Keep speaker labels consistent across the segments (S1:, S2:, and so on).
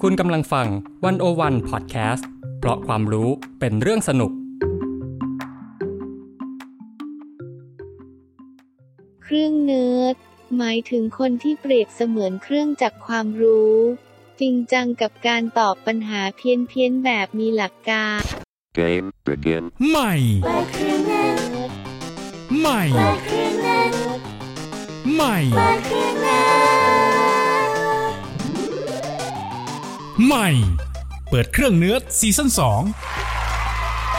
S1: คุณกำลังฟังวันโอวันพอดแคสต์เพราะความรู้เป็นเรื่องสนุก
S2: เครื่องเนิร์ดหมายถึงคนที่เปรียบเสมือนเครื่องจักรความรู้ จริงจังกับการตอบปัญหาเพี้ยนเพี้ยนๆแบบมีหลักการ
S3: Game begin.
S4: ใหม่ ใหม่ ใหม่ ใหม่ เปิดเครื่องเนื้อซีซั่น2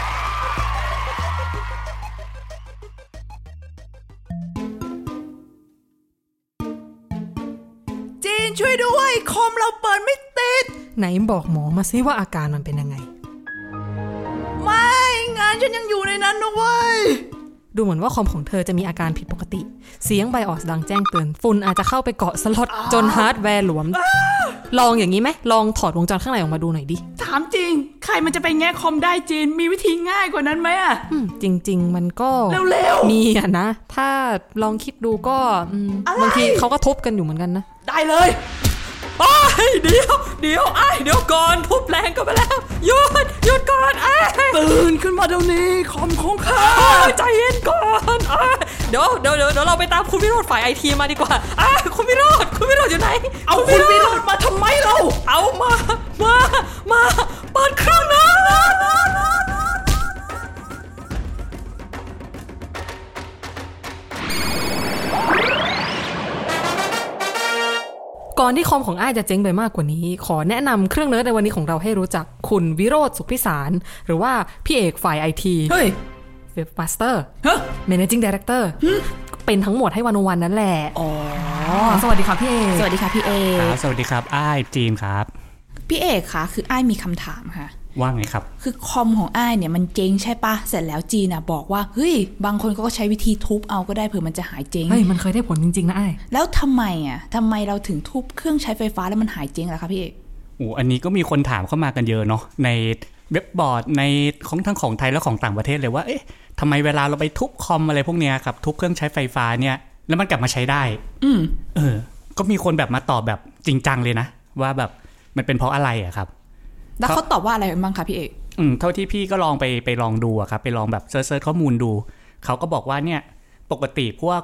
S5: จีนช่วยด้วยคอมเราเปิดไม่ติด
S6: ไหนบอกหมอมาซิว่าอาการมันเป็นยังไง
S5: ไม่งานฉันยังอยู่ในนั้นนะเว้ย
S6: ดูเหมือนว่าคอมของเธอจะมีอาการผิดปกติ เสียงไบออสดังแจ้งเตือนฝุ่นอาจจะเข้าไปเกาะส ล็อตจนฮาร์ดแวร์หลวม ลองอย่างนี้ไหมลองถอดวงจรข้างในออกมาดูหน่อยดิ
S5: ถามจริง ใครมันจะไปแง่คอมได้จีนมีวิธีง่ายกว่านั้นไหมอะ
S6: อืมจริง ๆ มันก็
S5: เร็ว
S6: มีอะนะ ถ้าลองคิดดูก็อืม
S5: อะไร
S6: บางทีเขาก็ทบกันอยู่เหมือนกัน นะ
S5: ๆ ได้เลยอ้ายเดี๋ยว เดี๋ยวอ้ายเดี๋ยวก่อนทุบแรงก็ไปแล้วหยุดหยุดก่อนอ้ายตื่นขึ้นมาเดี๋ยวนี้คอมของข้าใจเย็นก่อนอ้าย
S7: เดี๋ยวเดี๋ยวเดี๋ยวเดี๋ยวเราไปตามคุณวิโรธฝ่ายไอทีมาดีกว่าอ่ะคุณวิโรธคุณวิโรธอยู่ไหน
S5: เอาคุณวิโรดมาทำไมเรา
S7: เอามา มา มาเปิดเครื่องนะ
S6: ก่อนที่คอมของอ้ายจะเจ๊งไปมากกว่านี้ ขอแนะนำเครื่องเนิร์ดในวันนี้ของเราให้รู้จักคุณวิโรธสุขพิสาร หรือว่าพี่เอกฝ่ายไอที
S5: เฮ้ย
S6: เว็บมาสเตอร์
S5: ฮะ
S6: managing director เป็นทั้งหมดให้วันวันนั่นแหละอ๋อ สวัสดีค่ะพี่เอ
S8: สวัสดีค่ะพี่เอก
S9: ครับสวัสดีครับ อ้ายจีมครับ
S8: พี่เอกคะคืออ้ายมีคำถามค่ะ
S9: ว่าไงครับ
S8: คือคอมของอ้ายเนี่ยมันเจ๊งใช่ปะเสร็จแล้วจีนอะบอกว่าเฮ้ยบางคนเขาก็ใช้วิธีทุบเอาก็ได้เผื่อมันจะหายเจ๊ง
S6: เฮ้ย มันเคยได้ผลจริง ๆ นะไอ้าย
S8: แล้วทำไมอะทำไมเราถึงทุบเครื่องใช้ไฟฟ้าแล้วมันหายเจ๊งล่ะคะพี่เอก
S9: โอ้อันนี้ก็มีคนถามเข้ามากันเยอะเนาะ ในเว็บบอร์ด ในของทั้งของไทยและของต่างประเทศเลยว่า เอ๊ะทำไมเวลาเราไปทุบคอมอะไรพวกเนี้ยครับ ทุบเครื่องใช้ไฟฟ้าเนี่ย แล้วมันกลับมาใช้ได้
S8: อืม
S9: เออ ก็มีคนแบบมาตอบแบบจริงจังเลยนะ ว่าแบบมันเป็นเพราะอะไรอะครับ
S8: แล้วเขาตอบว่าอะไรบ้างคะพี่เอก
S9: อืมเท่าที่พี่ก็ลองไปไปลองดูอะครับไปลองแบบเซิร์ชข้อมูลดู เขาก็บอกว่าเนี่ยปกติพวก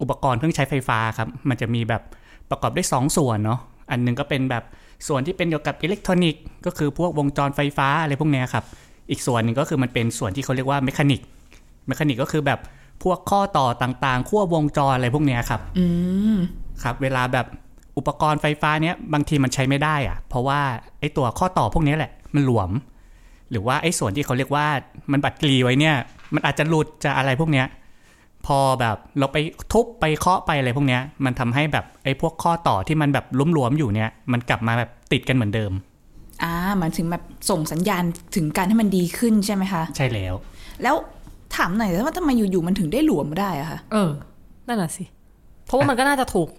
S9: อุปกรณ์เครื่องใช้ไฟฟ้าครับ มันจะมีแบบประกอบด้วยสองส่วนเนาะอันหนึงก็เป็นแบบส่วนที่เป็นเกี่ยวกับอิเล็กทรอนิกส์ก็คือพวกวงจรไฟฟ้าอะไรพวกเนี้ยครับ อีกส่วนหนึ่งก็คือมันเป็นส่วนที่เขาเรียกว่าเมคานิกเมคานิกก็คือแบบพวกข้อต่อต่างๆขั้ววงจรอะไรพวกเนี้ยครับ
S8: อืม
S9: ครับเวลาแบบอุปกรณ์ไฟฟ้าเนี้ยบางทีมันใช้ไม่ได้อะเพราะว่าไอ้ตัวข้อต่อพวกเนี้ยแหละ มันหลวม หรือว่าไอ้ส่วนที่เขาเรียกว่ามันบัดกรีไว้เนี่ย มันอาจจะหลุดจะอะไรพวกเนี้ยพอแบบเราไปทุบไปเคาะไปอะไรพวกเนี้ยมันทำให้แบบไอ้พวกข้อต่อที่มันแบบหลวมๆอยู่เนี่ย มันกลับมาแบบติดกันเหมือนเดิม
S8: อ่าหมันถึงแบบส่งสัญญาณถึงการให้มันดีขึ้นใช่ไหมคะ
S9: ใช่แล้ว
S8: แล้วถามหน่อยว่าทำไมอยู่ๆมันถึงได้หลวมได้อะคะ
S6: เออ นั่นแหละสิ เพราะว่ามันก็น่าจะถูก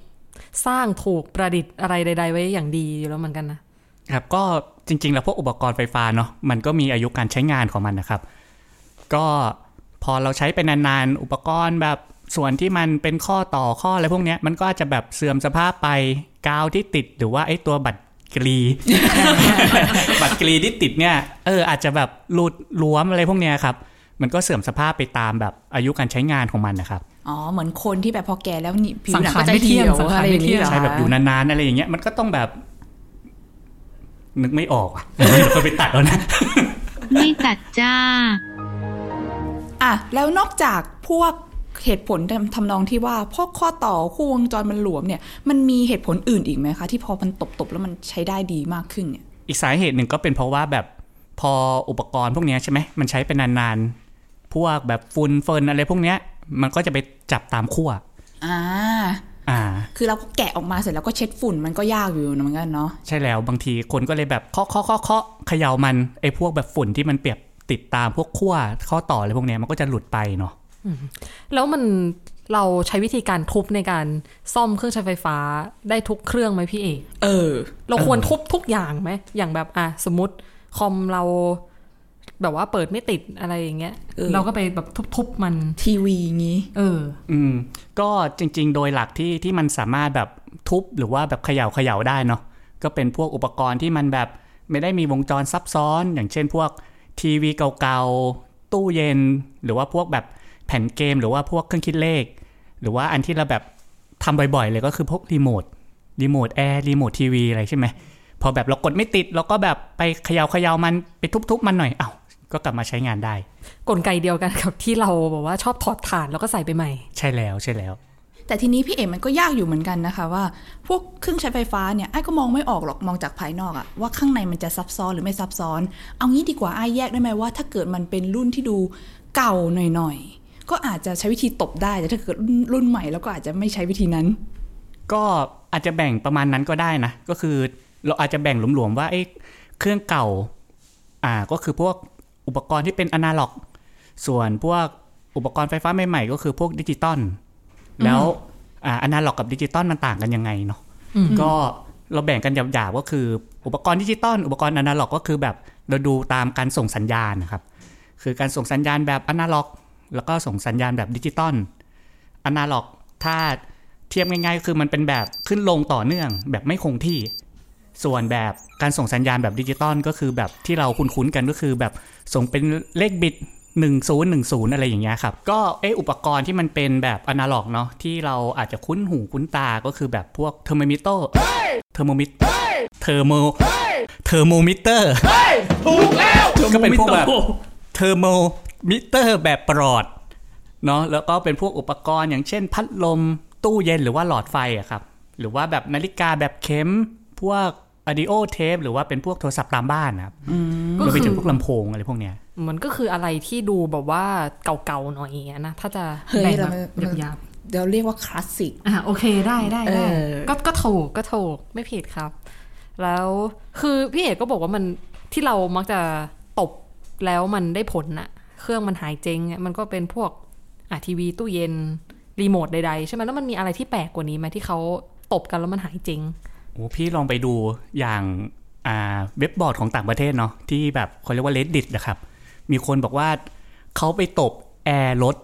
S6: สร้างถูกประดิษฐ์อะไรใด ๆ ไว้อย่างดีอยู่แล้วเหมือนกันนะ
S9: ครับก็จริง ๆ แล้วพวกอุปกรณ์ไฟฟ้าเนาะมันก็มีอายุการใช้งานของมันนะครับ ก็พอเราใช้ไปนานๆ อุปกรณ์แบบส่วนที่มันเป็นข้อต่อข้ออะไรพวกเนี้ยมันก็อาจจะแบบเสื่อมสภาพไปกาวที่ติดหรือว่าไอ้ตัวบัตรกรี บัตรกรีที่ติดเนี่ยเอออาจจะแบบหลุดหลวมอะไรพวกเนี้ยครับ มันก็เสื่อมสภาพไปตามแบบอายุการใช้งานของมันนะครับ
S8: อ๋อ เหมือนคนที่แบบพอแก่แล้วนี่ผิวหนัง
S6: สังขาร
S8: ก็จะ
S6: ไม่เที่
S8: เหี่
S6: ยง
S8: ยว
S6: สังขาร
S8: อะไรอย่าง
S6: ไม่เที่
S8: เงี้
S6: ย
S8: ยเหร
S6: ง
S8: อ
S9: ใช่แบบอยู่นานๆอะไรอย่างเงี้ยมันก็ต้องแบบ นึกไม่ออกอ่ะ เดี๋ยวเขาไปตัดแล้วนะ
S2: ไม่ตัดจ้า
S8: อ่ะ แล้วนอกจากพวกเหตุผลทำนองที่ว่าพวกข้อต่อคู่วงจรมันหลวมเนี่ย มันมีเหตุผลอื่นอีกไหมคะ ที่พอมันตบๆ แล้วมันใช้ได้ดีมากขึ้นเนี่ย
S9: อีกสาเหตุหนึ่งก็เป็นเพราะว่าแบบพออุปกรณ์พวกเนี้ยใช่ไหมมันใช้เป็นนานๆ พวกแบบฝุ่นเฟิร์นอะไรพวกเนี้ยมันก็จะไปจับตามขั้ว
S8: อ่า
S9: อ่า
S8: คือเราก็แกะออกมาเสร็จแล้วก็เช็ดฝุ่นมันก็ยากอยู่เหมือนกันเนาะ
S9: ใช่แล้วบางทีคนก็เลยแบบเคาะเคาะเคาะเคาะเขย่ามันไอ้พวกแบบฝุ่นที่มันเปียบติดตามพวกขั้วข้อต่ออะไรพวกเนี้ยมันก็จะหลุดไปเนาะ
S6: แล้วมันเราใช้วิธีการทุบในการซ่อมเครื่องใช้ไฟฟ้าได้ทุกเครื่องไหมพี่เอก
S8: เออ
S6: เราควรทุบทุกอย่างไหม อย่างแบบอ่ะสมมติคอมเราแบบว่าเปิดไม่ติดอะไรอย่างเงี้ย
S8: เออ
S6: เราก็ไปแบบทุบๆมัน
S8: ทีวีอย่างงี้
S6: เออ
S9: อืมก็จริงๆ โดยหลักที่ที่มันสามารถแบบทุบหรือว่าแบบเขย่าเขย่าได้เนาะ ก็เป็นพวกอุปกรณ์ที่มันแบบไม่ได้มีวงจรซับซ้อน อย่างเช่นพวกทีวีเก่าๆ ตู้เย็น หรือว่าพวกแบบแผ่นเกม หรือว่าพวกเครื่องคิดเลข หรือว่าอันที่เราแบบทำบ่อยๆ เลยก็คือพวกรีโมท รีโมทแอร์ รีโมททีวีอะไรใช่ไหม พอแบบเรากดไม่ติดเราก็แบบไปเขยา่าเขย่ามันไปทุบๆมันหน่อย เอ้า ก็กลับมาใช้งานได้
S6: กลไกเดียวกันกับที่เราบอกว่าชอบถอดฐานแล้วก็ใส่ไปใหม่
S9: ใช่แล้วใช่แล้ว
S8: แต่ทีนี้พี่เอ๋มันก็ยากอยู่เหมือนกันนะคะว่า พวกเครื่องใช้ไฟฟ้าเนี่ยไอ้ก็มองไม่ออกหรอกมองจากภายนอกอะว่าข้างในมันจะซับซ้อนหรือไม่ซับซ้อน เอางี้ดีกว่าไอ้แยกได้ไหมว่า ถ้าเกิดมันเป็นรุ่นที่ดูเก่าหน่อยๆก็อาจจะใช้วิธีตบได้แต่ถ้าเกิดรุ่นรุ่นใหม่แล้วก็อาจจะไม่ใช้วิธีนั้น
S9: ก็อาจจะแบ่งประมาณนั้นก็ได้นะ ก็คือเราอาจจะแบ่งหลวมๆว่าไอ้เครื่องเก่า อ่าก็คือพวกอุปกรณ์ที่เป็นอนาล็อก ส่วนพวกอุปกรณ์ไฟฟ้าใหม่ๆ ก็คือพวกดิจิตอลแล้วอ่าอนาล็อกกับดิจิตอลมันต่างกันยังไงเนาะก็เราแบ่งกันหยาบๆก็คืออุปกรณ์ดิจิตอลอุปกรณ์อนาล็อกก็คือแบบเราดูตามการส่งสัญญาณนะครับ คือการส่งสัญญาณแบบอนาล็อก แล้วก็ส่งสัญญาณแบบดิจิตอล อนาล็อกถ้าเทียบง่ายๆก็คือมันเป็นแบบขึ้นลงต่อเนื่องแบบไม่คงที่ ส่วนแบบการส่งสัญญาณแบบดิจิตอลก็คือแบบที่เราคุ้นๆกันก็คือแบบส่งเป็นเลขบิต 1010 อะไรอย่างเงี้ยครับ ก็เอออุปกรณ์ที่มันเป็นแบบอนาล็อกเนาะที่เราอาจจะคุ้นหูคุ้นตาก็คือแบบพวกเทอร์โมมิเตอร์เทอร์โมมิเตอร์เทอร์โมเทอร์โมมิเตอร์ถูกแล้วก็เป็นพวกแบบเทอร์โมมิเตอร์แบบปลอด เนาะแล้วก็เป็นพวกอุปกรณ์อย่างเช่น พัดลมตู้เย็นหรือว่าหลอดไฟอะครับ หรือว่าแบบนาฬิกาแบบเข็ม พวกอ u ดิโอเทปหรือว่าเป็นพวกโทรศัพท์ตามบ้านนะครับ
S6: ก็
S9: รวมไป
S6: คื
S9: ถึง
S6: อ
S9: พวกลำโพงอะไรพวกเนี้ย
S6: มันก็คืออะไรที่ดูแบบว่าเก่าๆหน่อยอย่างเงี้ยนะถ้าจะ
S8: เฮ้ย
S6: แบ่ง
S8: เรา
S6: แบ
S8: มัน
S6: บหยาบ
S8: เดี๋ยวเรียกว่าคลาสสิก
S6: ๆอ่ะโอเคได้ได้ได้
S8: เออ
S6: ก็ก็ถูกก็ถูกไม่ผิดครับ แล้วคือพี่เอกก็บอกว่ามันที่เรามักจะตบแล้วมันได้ผลน่ะ เครื่องมันหายเจ๊งอะมันก็เป็นพวกอ่ะทีวีตู้เย็นรีโมทใดๆใช่ไหมแล้วมันมีอะไรที่แปลกกว่านี้ไหมที่เขาตบกันแล้วมันหายเจ๊ง
S9: โอ้พี่ลองไปดูอย่างอ่าเว็บบอร์ดของต่างประเทศเนาะที่แบบเขาเรียกว่า reddit นะครับ มีคนบอกว่าเขาไปตบแอร์รถ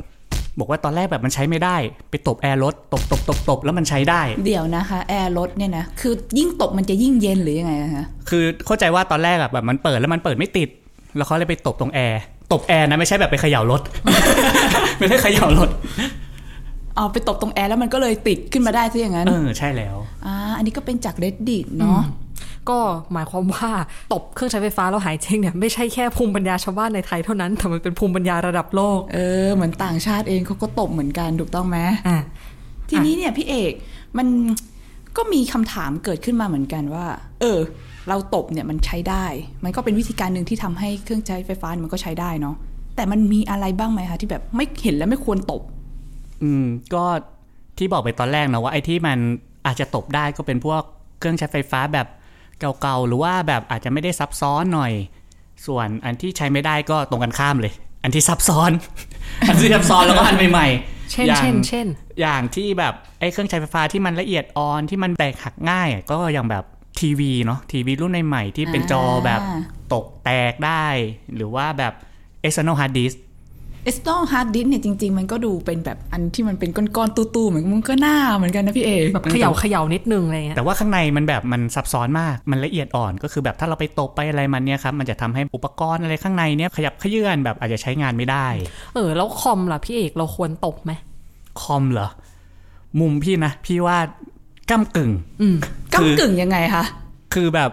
S9: บอกว่าตอนแรกแบบมันใช้ไม่ได้ ไปตบแอร์รถตบตบตบตบแล้วมันใช้ได้
S8: เดี๋ยวนะคะแอร์รถเนี่ยนะคือยิ่งตบมันจะยิ่งเย็นหรือยังไงนะคะ
S9: คือเข้าใจว่าตอนแรกอะแบบมันเปิดแล้วมันเปิดไม่ติด แล้วเขาเลยไปตบตรงแอร์ตบแอร์นะไม่ใช่แบบไปเขย่ารถ ไม่ได้เขย่ารถ
S8: เอาไปตบตรงแอร์แล้วมันก็เลยติดขึ้นมาได้ซะอย่างนั้น
S9: เออใช่แล้ว
S8: อ่าอันนี้ก็เป็นจาก reddit เนาะ
S6: ก็หมายความว่าตบเครื่องใช้ไฟฟ้าแล้วหายเจ๊งเนี่ยไม่ใช่แค่ภูมิปัญญาชาวบ้านในไทยเท่านั้นแต่มันเป็นภูมิปัญญาระดับโลก
S8: เออเหมือนต่างชาติเองเขาก็ตบเหมือนกันถูกต้องไหม
S6: อ่ะ
S8: ทีนี้เนี่ยพี่เอกมันก็มีคำถามเกิดขึ้นมาเหมือนกันว่า เออ เราตบเนี่ยมันใช้ได้ มันก็เป็นวิธีการหนึ่งที่ทำให้เครื่องใช้ไฟฟ้ามันก็ใช้ได้เนาะแต่มันมีอะไรบ้างไหมคะที่แบบไม่เห็นและไม่ควรตบ
S9: อืมก็ที่บอกไปตอนแรกนะว่าไอ้ที่มันอาจจะตบได้ก็เป็นพวกเครื่องใช้ไฟฟ้าแบบเก่าๆหรือว่าแบบอาจจะไม่ได้ซับซ้อนหน่อย ส่วนอันที่ใช้ไม่ได้ก็ตรงกันข้ามเลย อันที่ซับซ้อน อันที่ซับซ้อนแล้วก็อันใหม่ๆ
S6: เช่น
S9: อย่าง
S6: เช่นเช่น
S9: อย่างที่แบบไอ้เครื่องใช้ไฟฟ้าที่มันละเอียดอ่อนที่มันแตกหักง่ายอะก็อย่างแบบทีวีเนาะทีวีรุ่นใหม่ๆที่เป็นจอแบบ
S8: อ่า
S9: ตกแตกได้ หรือว่าแบบ external hard disk
S8: external hard disk เนี่ยจริง ๆ มันก็ดูเป็นแบบอันที่มันเป็นก้อนๆตู้ๆเหมือนมันก็หน้าเหมือนกันนะพี่เอก
S6: แบบเขย่าเขย่านิดนึงอะไรเงี้ย
S9: แต่ว่าข้างในมันแบบมันซับซ้อนมาก มันละเอียดอ่อน ก็คือแบบถ้าเราไปตบไปอะไรมันเนี่ยครับ มันจะทำให้อุปกรณ์อะไรข้างในเนี่ยขยับเขยื่อนแบบอาจจะใช้งานไม่ได้
S6: เออแล้วคอมล่ะพี่เอกเราควรตบไหม
S9: คอมเหรอ มุมพี่นะ พี่ว่าก้ากึ่ง คือ
S8: กำกึ่งยังไงคะ
S9: คือแบบ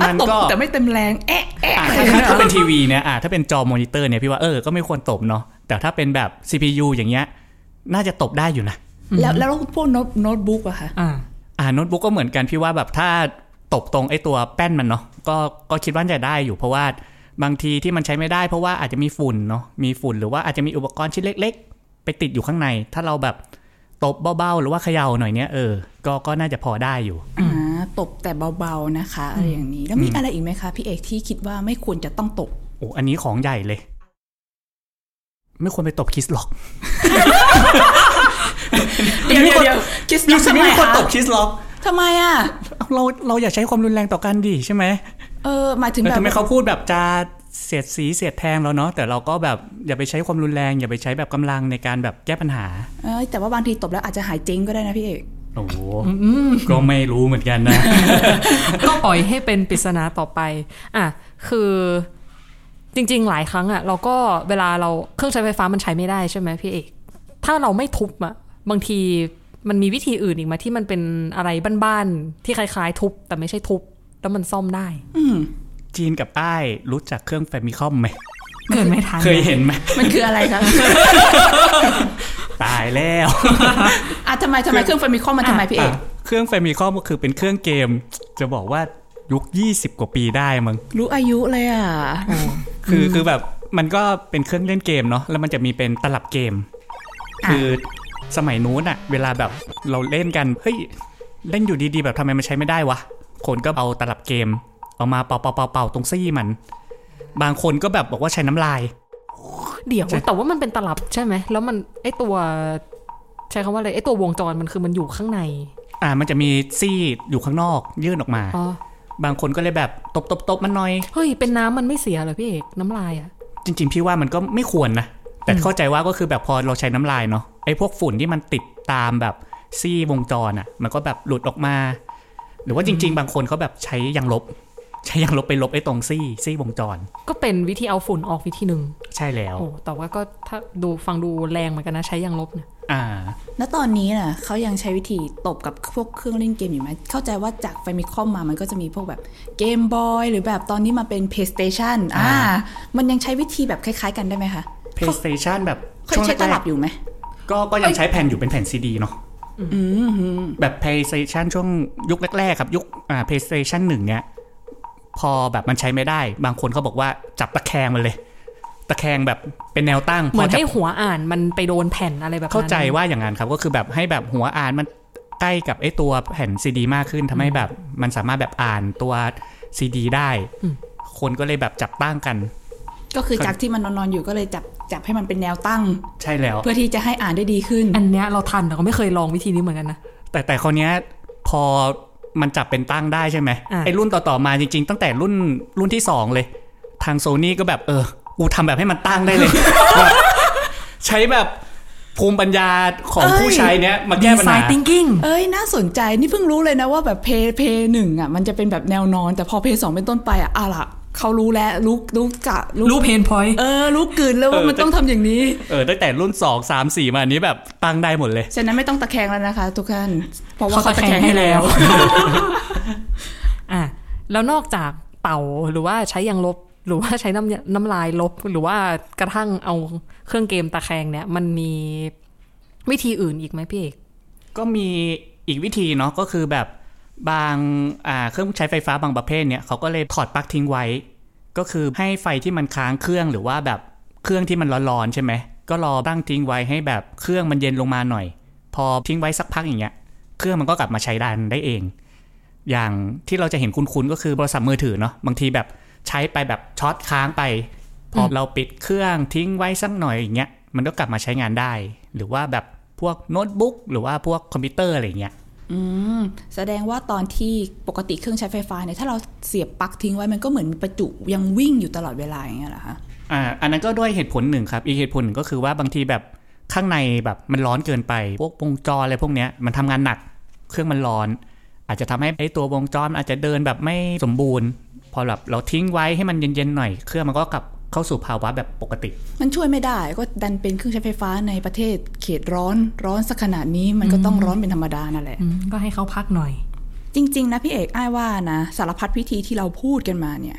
S8: อ่ะ
S9: มัน
S8: ตบ
S9: ก็
S8: แต่ไม่เต็มแรงเอ๊ะเอ๊ะ
S9: อ่ะถ้าถ้าถ้าเป็นทีวีเนี่ยอ่ะถ้าเป็นจอมอนิเตอร์เนี่ยพี่ว่าเออ ก็ไม่ควรตบเนาะ แต่ถ้าเป็นแบบ CPU อย่างเงี้ย น่าจะตบได้อยู่นะ
S8: แล้วแล้วพวกโน้ตบุ๊กอะคะ
S6: อ่า
S9: อ่าโน้ตบุ๊กก็เหมือนกันพี่ว่าแบบถ้าตบตรงไอ้ตัวแป้นมันเนาะก็ก็คิดว่าจะได้อยู่เพราะว่าบางทีที่มันใช้ไม่ได้เพราะว่าอาจจะมีฝุ่นเนาะมีฝุ่นหรือว่าอาจจะมีอุปกรณ์ชิ้นเล็ก ๆ ไปติดอยู่ข้างใน ถ้าเราแบบตบเบาๆหรือว่าเขย่าหน่อยเนี้ยเออก็ก็น่าจะพอได้อยู่
S8: อ่าตบแต่เบาๆนะคะอะไรอย่างนี้แล้วมี
S9: อืม
S8: อะไรอีกไหมคะพี่เอกที่คิดว่าไม่ควรจะต้องตบ
S9: โอ้อันนี้ของใหญ่เลย ไม่ควรไปตบคิสหรอก
S8: เดี๋ยวเดี๋ยวเดี๋ยวคิส
S9: มิ
S8: ล็อ
S9: ว
S8: ก
S9: สิ
S8: ทำไม
S9: ไม่ควร
S8: คะ
S9: ตบคิสหรอก
S8: ทำไมอ่ะ
S9: เอาเราเราอย่าใช้ความรุนแรงต่อกันดิใช่ไหม
S8: เออหมายถึง
S9: แล้
S8: แบ
S9: ว
S8: บ
S9: ทำไมเขาพูดแบบจะเสียดสีเสียดแทงเราเนาะแต่เราก็แบบอย่าไปใช้ความรุนแรง อย่าไปใช้แบบกำลังในการแบบแก้ปัญหา
S8: เออแต่ว่าบางทีตบแล้วอาจจะหายเจ๊งก็ได้นะพี่เอก
S9: โอ้โหก็ไม่รู้เหมือนกันนะ
S6: ก็ปล่อยให้เป็นปริศนาต่อไป อ่ะ คือจริงๆ หลายครั้งอ่ะ เราก็เวลาเราเครื่องใช้ไฟฟ้ามันใช้ไม่ได้ใช่ไหมพี่เอก ถ้าเราไม่ทุบอ่ะ บางทีมันมีวิธีอื่นอีกไหมาที่มันเป็นอะไรบ้านๆ ที่คล้ายๆ ทุบ แต่ไม่ใช่ทุบ แล้วมันซ่อมได้
S9: จีนกับใต้รู้จักเครื่องแฟมิคอมไหม
S6: เกิดไม่ทัน
S9: เคยเห็นไหม
S8: มันคืออะไรคะ
S9: ตายแล้ว
S8: อ่ะทำไมทำไมเครื่องไฟมิคอมมันทำไมพี่เอก
S9: เครื่องแฟมิคอมก็คือเป็นเครื่องเกม จะบอกว่ายุค 20 กว่าปีได้มั้ง
S8: รู้อายุเลยอ่ะ
S9: คือคือแบบมันก็เป็นเครื่องเล่นเกมเนาะแล้วมันจะมีเป็นตลับเกม
S8: อ่ะ
S9: คือสมัยนู้นอะเวลาแบบเราเล่นกันเฮ้ยเล่นอยู่ดีๆ แบบทำไมมันใช้ไม่ได้วะคนก็เอาตลับเกม เอามาเป่าเป่าเป่าเป่าตรงซี่มัน บางคนก็แบบบอกว่าใช้น้ำลาย
S6: เดี๋ยว แต่ว่ามันเป็นตลับใช่ไหม แล้วมันไอตัว ใช้คำว่าอะไร ไอตัววงจรมันคือมันอยู่ข้างใน
S9: อ่ามันจะมีซี่อยู่ข้างนอกยื่นออกมา
S6: อ๋อ
S9: บางคนก็เลยแบบตบตบตบมันหน่อย
S6: เฮ้ย เป็นน้ำมันไม่เสียเหรอพี่เอก น้ำลายอ่ะ
S9: จริง ๆ พี่ว่ามันก็ไม่ควรนะ แต่เข้าใจว่าก็คือแบบพอเราใช้น้ำลายเนาะไอ้พวกฝุ่นที่มันติดตามแบบซี่วงจรอ่ะ มันก็แบบหลุดออกมา หรือว่าจริง ๆ บางคนเขาแบบใช้ยางลบ ใช้ยางลบไปลบไอ้ตรงซี่ซี่วงจร
S6: ก็เป็นวิธีเอาฝุ่นออกวิธีหนึ่ง
S9: ใช่แล้ว
S6: โอ้แต่ว่าก็ถ้าดูฟังดูแรงเหมือนกันนะ ใช้ยางลบเนี่ย
S9: อ่า
S8: แล้วตอนนี้น่ะเขายังใช้วิธีตบกับพวกเครื่องเล่นเกมอยู่ไหม เข้าใจว่าจากไฟมิคอมมามันก็จะมีพวกแบบเกมบอยหรือแบบตอนนี้มาเป็น PlayStation อ่า มันยังใช้วิธีแบบคล้าย ๆ กันได้ไหมคะ
S9: PlayStation แบบ
S8: เคยใช้ต
S9: แร
S8: ลั
S9: ก
S8: บอยู่ไหม
S9: ๆก็ก็ยังใช้แผ่นอยู่เป็นแผ่นซีดีเนาะแบบ PlayStation ช่วงยุคแรกๆครับ ยุคอ่า PlayStation หนึ่งเนี้ยพอแบบมันใช้ไม่ได้ บางคนเขาบอกว่าจับตะแคงมันเลย ตะแคงแบบเป็นแนวตั้ง
S6: เหมือน
S9: พจับ
S6: ให้หัวอ่านมันไปโดนแผ่นอะไรแบบนั้น
S9: เข้าใจว่าอย่างนั้นครับก็คือแบบให้แบบหัวอ่านมันใกล้กับไอ้ตัวแผ่นซีดีมากขึ้นทำให้แบบมันสามารถแบบอ่านตัวซีดีได้ คนก็เลยแบบจับตั้งกัน
S8: ก็คือจากที่มันนอนๆอยู่ก็เลยจับจับให้มันเป็นแนวตั้ง
S9: ใช่แล้ว
S8: เพื่อที่จะให้อ่านได้ดีขึ้น
S6: อันเนี้ยเราทันแต่ก็ไม่เคยลองวิธีนี้เหมือนกันนะ
S9: แต่แต่คนเนี้ยพอมันจับเป็นตั้งได้ใช่ไหม
S6: อ่ะ
S9: ไอ้รุ่นต่อ ๆ มาจริง ๆ ตั้งแต่รุ่นรุ่นที่สองเลย ทางโซนี่ก็แบบเออกูทำแบบให้มันตั้งได้เลย แบบใช้แบบภูมิปัญญาของผู้ใช้เนี้ยมาแก้ปัญ
S6: ไซ
S9: หา
S6: น์ thinking
S8: เอ้ยน่าสนใจนี่เพิ่งรู้เลยนะว่าแบบเพย์เพย์หนึ่งอ่ะมันจะเป็นแบบแนวนอน แต่พอเพย์สองเป็นต้นไปอ่ะอ่ะล่ะเขารู้แล้วรู้รู้กะ
S6: รู้เพนพอย
S8: เออรู้กลืนแล้วว่า
S9: เออ
S8: มันต้องทำอย่างนี้
S9: เออตั้งแต่รุ่นสองสามสี่มาอันนี้แบบตั้งได้หมดเลย
S8: ฉะนั้นไม่ต้องตะแคงแล้วนะคะ ทุกท่านเพราะว่าเขาตะแคงให้แล้ว
S6: อ่ะแล้วนอกจากเป่าหรือว่าใช้ยางลบหรือว่าใช้น้ำน้ำลายลบ หรือว่ากระทั่งเอาเครื่องเกมตะแคงเนี่ย มันมีวิธีอื่นอีกไหมพี่เอก
S9: ก็มีอีกวิธีเนาะก็คือแบบบางอ่าเครื่องใช้ไฟฟ้าบางประเภทเนี่ยเขาก็เลยถอดปลั๊กทิ้งไว้ ก็คือให้ไฟที่มันค้างเครื่องหรือว่าแบบเครื่องที่มันร้อนๆใช่ไหมก็รอตั้งทิ้งไว้ให้แบบเครื่องมันเย็นลงมาหน่อย พอทิ้งไว้สักพักอย่างเงี้ยเครื่องมันก็กลับมาใช้ได้ได้เอง อย่างที่เราจะเห็นคุ้นๆก็คือโทรศัพท์มือถือเนาะบางทีแบบใช้ไปแบบช็อตค้างไป พอเราปิดเครื่องทิ้งไว้สักหน่อยอย่างเงี้ยมันก็กลับมาใช้งานได้ หรือว่าแบบพวกโน้ตบุ๊กหรือว่าพวกคอมพิวเตอร์อะไรอย่างเงี้ย
S8: แสดงว่าตอนที่ปกติเครื่องใช้ไฟฟ้าเนี่ยถ้าเราเสียบปลั๊กทิ้งไว้มันก็เหมือนประจุยังวิ่งอยู่ตลอดเวลาอย่างเงี้ยเหรอคะ
S9: อ่าอันนั้นก็ด้วยเหตุผลหนึ่งครับ อีกเหตุผลหนึ่งก็คือว่าบางทีแบบข้างในแบบมันร้อนเกินไป พวกวงจรอะไรพวกเนี้ยมันทำงานหนัก เครื่องมันร้อน อาจจะทำให้ไอ้ตัววงจรมันอาจจะเดินแบบไม่สมบูรณ์ พอแบบเราทิ้งไว้ให้มันเย็นๆหน่อย เครื่องมันก็กลับเข้าสู่ภาวะแบบปกติ
S8: มันช่วยไม่ได้ก็ดันเป็นเครื่องใช้ไฟฟ้าในประเทศเขตร้อนร้อนสักขนาดนี้มันก็ต้องร้อนเป็นธรรมดานั่นแหละ
S6: อืมก็ให้เขาพักหน่อย
S8: จริง ๆ นะพี่เอกอ้ายว่านะ สารพัดวิธีที่เราพูดกันมาเนี่ย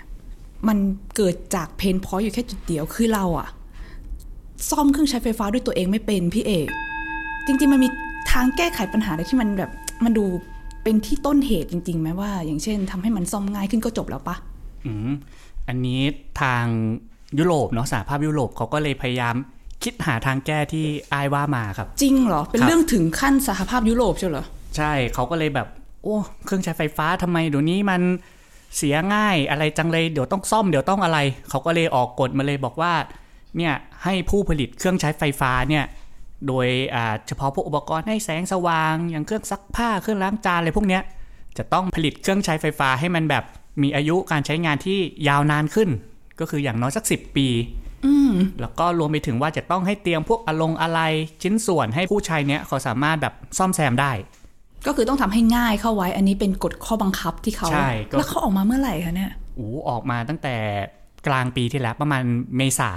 S8: มันเกิดจากเพนพอยอยู่แค่จุดเดียวคือเราอะซ่อมเครื่องใช้ไฟฟ้าด้วยตัวเองไม่เป็นพี่เอก จริง ๆ มันมีทางแก้ไขปัญหาอะไรที่มันแบบ มันดูเป็นที่ต้นเหตุจริงๆไหมว่า อย่างเช่นทำให้มันซ่อมง่ายขึ้นก็จบแล้วปะ
S9: อืมอันนี้ทางยุโรปเนาะสหภาพยุโรปเขาก็เลยพยายามคิดหาทางแก้ที่อายว่ามาครับ
S8: จริงเหรอ เป็
S9: ค
S8: น
S9: รับ
S8: เรื่องถึงขั้นสหภาพยุโรปเชียวเหรอ
S9: ใช่เขาก็เลยแบบ โอ้ เครื่องใช้ไฟฟ้าทำไมเดี๋ยวนี้มันเสียง่ายอะไรจังเลยเดี๋ยวต้องซ่อมเดี๋ยวต้องอะไร เขาก็เลยออกกฎมาเลยบอกว่าเนี่ยให้ผู้ผลิตเครื่องใช้ไฟฟ้าเนี่ยโดยอ่าเฉพาะพวกอุปกรณ์ให้แสงสว่างอย่างเครื่องซักผ้าเครื่องล้างจานอะไรพวกเนี้ยจะต้องผลิตเครื่องใช้ไฟฟ้าให้มันแบบมีอายุการใช้งานที่ยาวนานขึ้น ก็คืออย่างน้อยสัก 10 ปี แล้วก็รวมไปถึงว่าจะต้องให้เตรียมพวกอะลงอะไรชิ้นส่วนให้ผู้ใช้เนี่ยเขาสามารถแบบซ่อมแซมได้
S8: ก็คือต้องทำให้ง่ายเข้าไว้ อันนี้เป็นกฎข้อบังคับที่เขา
S9: ใช่ก็
S8: แล้วเขาออกมาเมื่อไหร่คะเนี่ย
S9: อูออกมาตั้งแต่กลางปีที่แล้วประมาณเมษา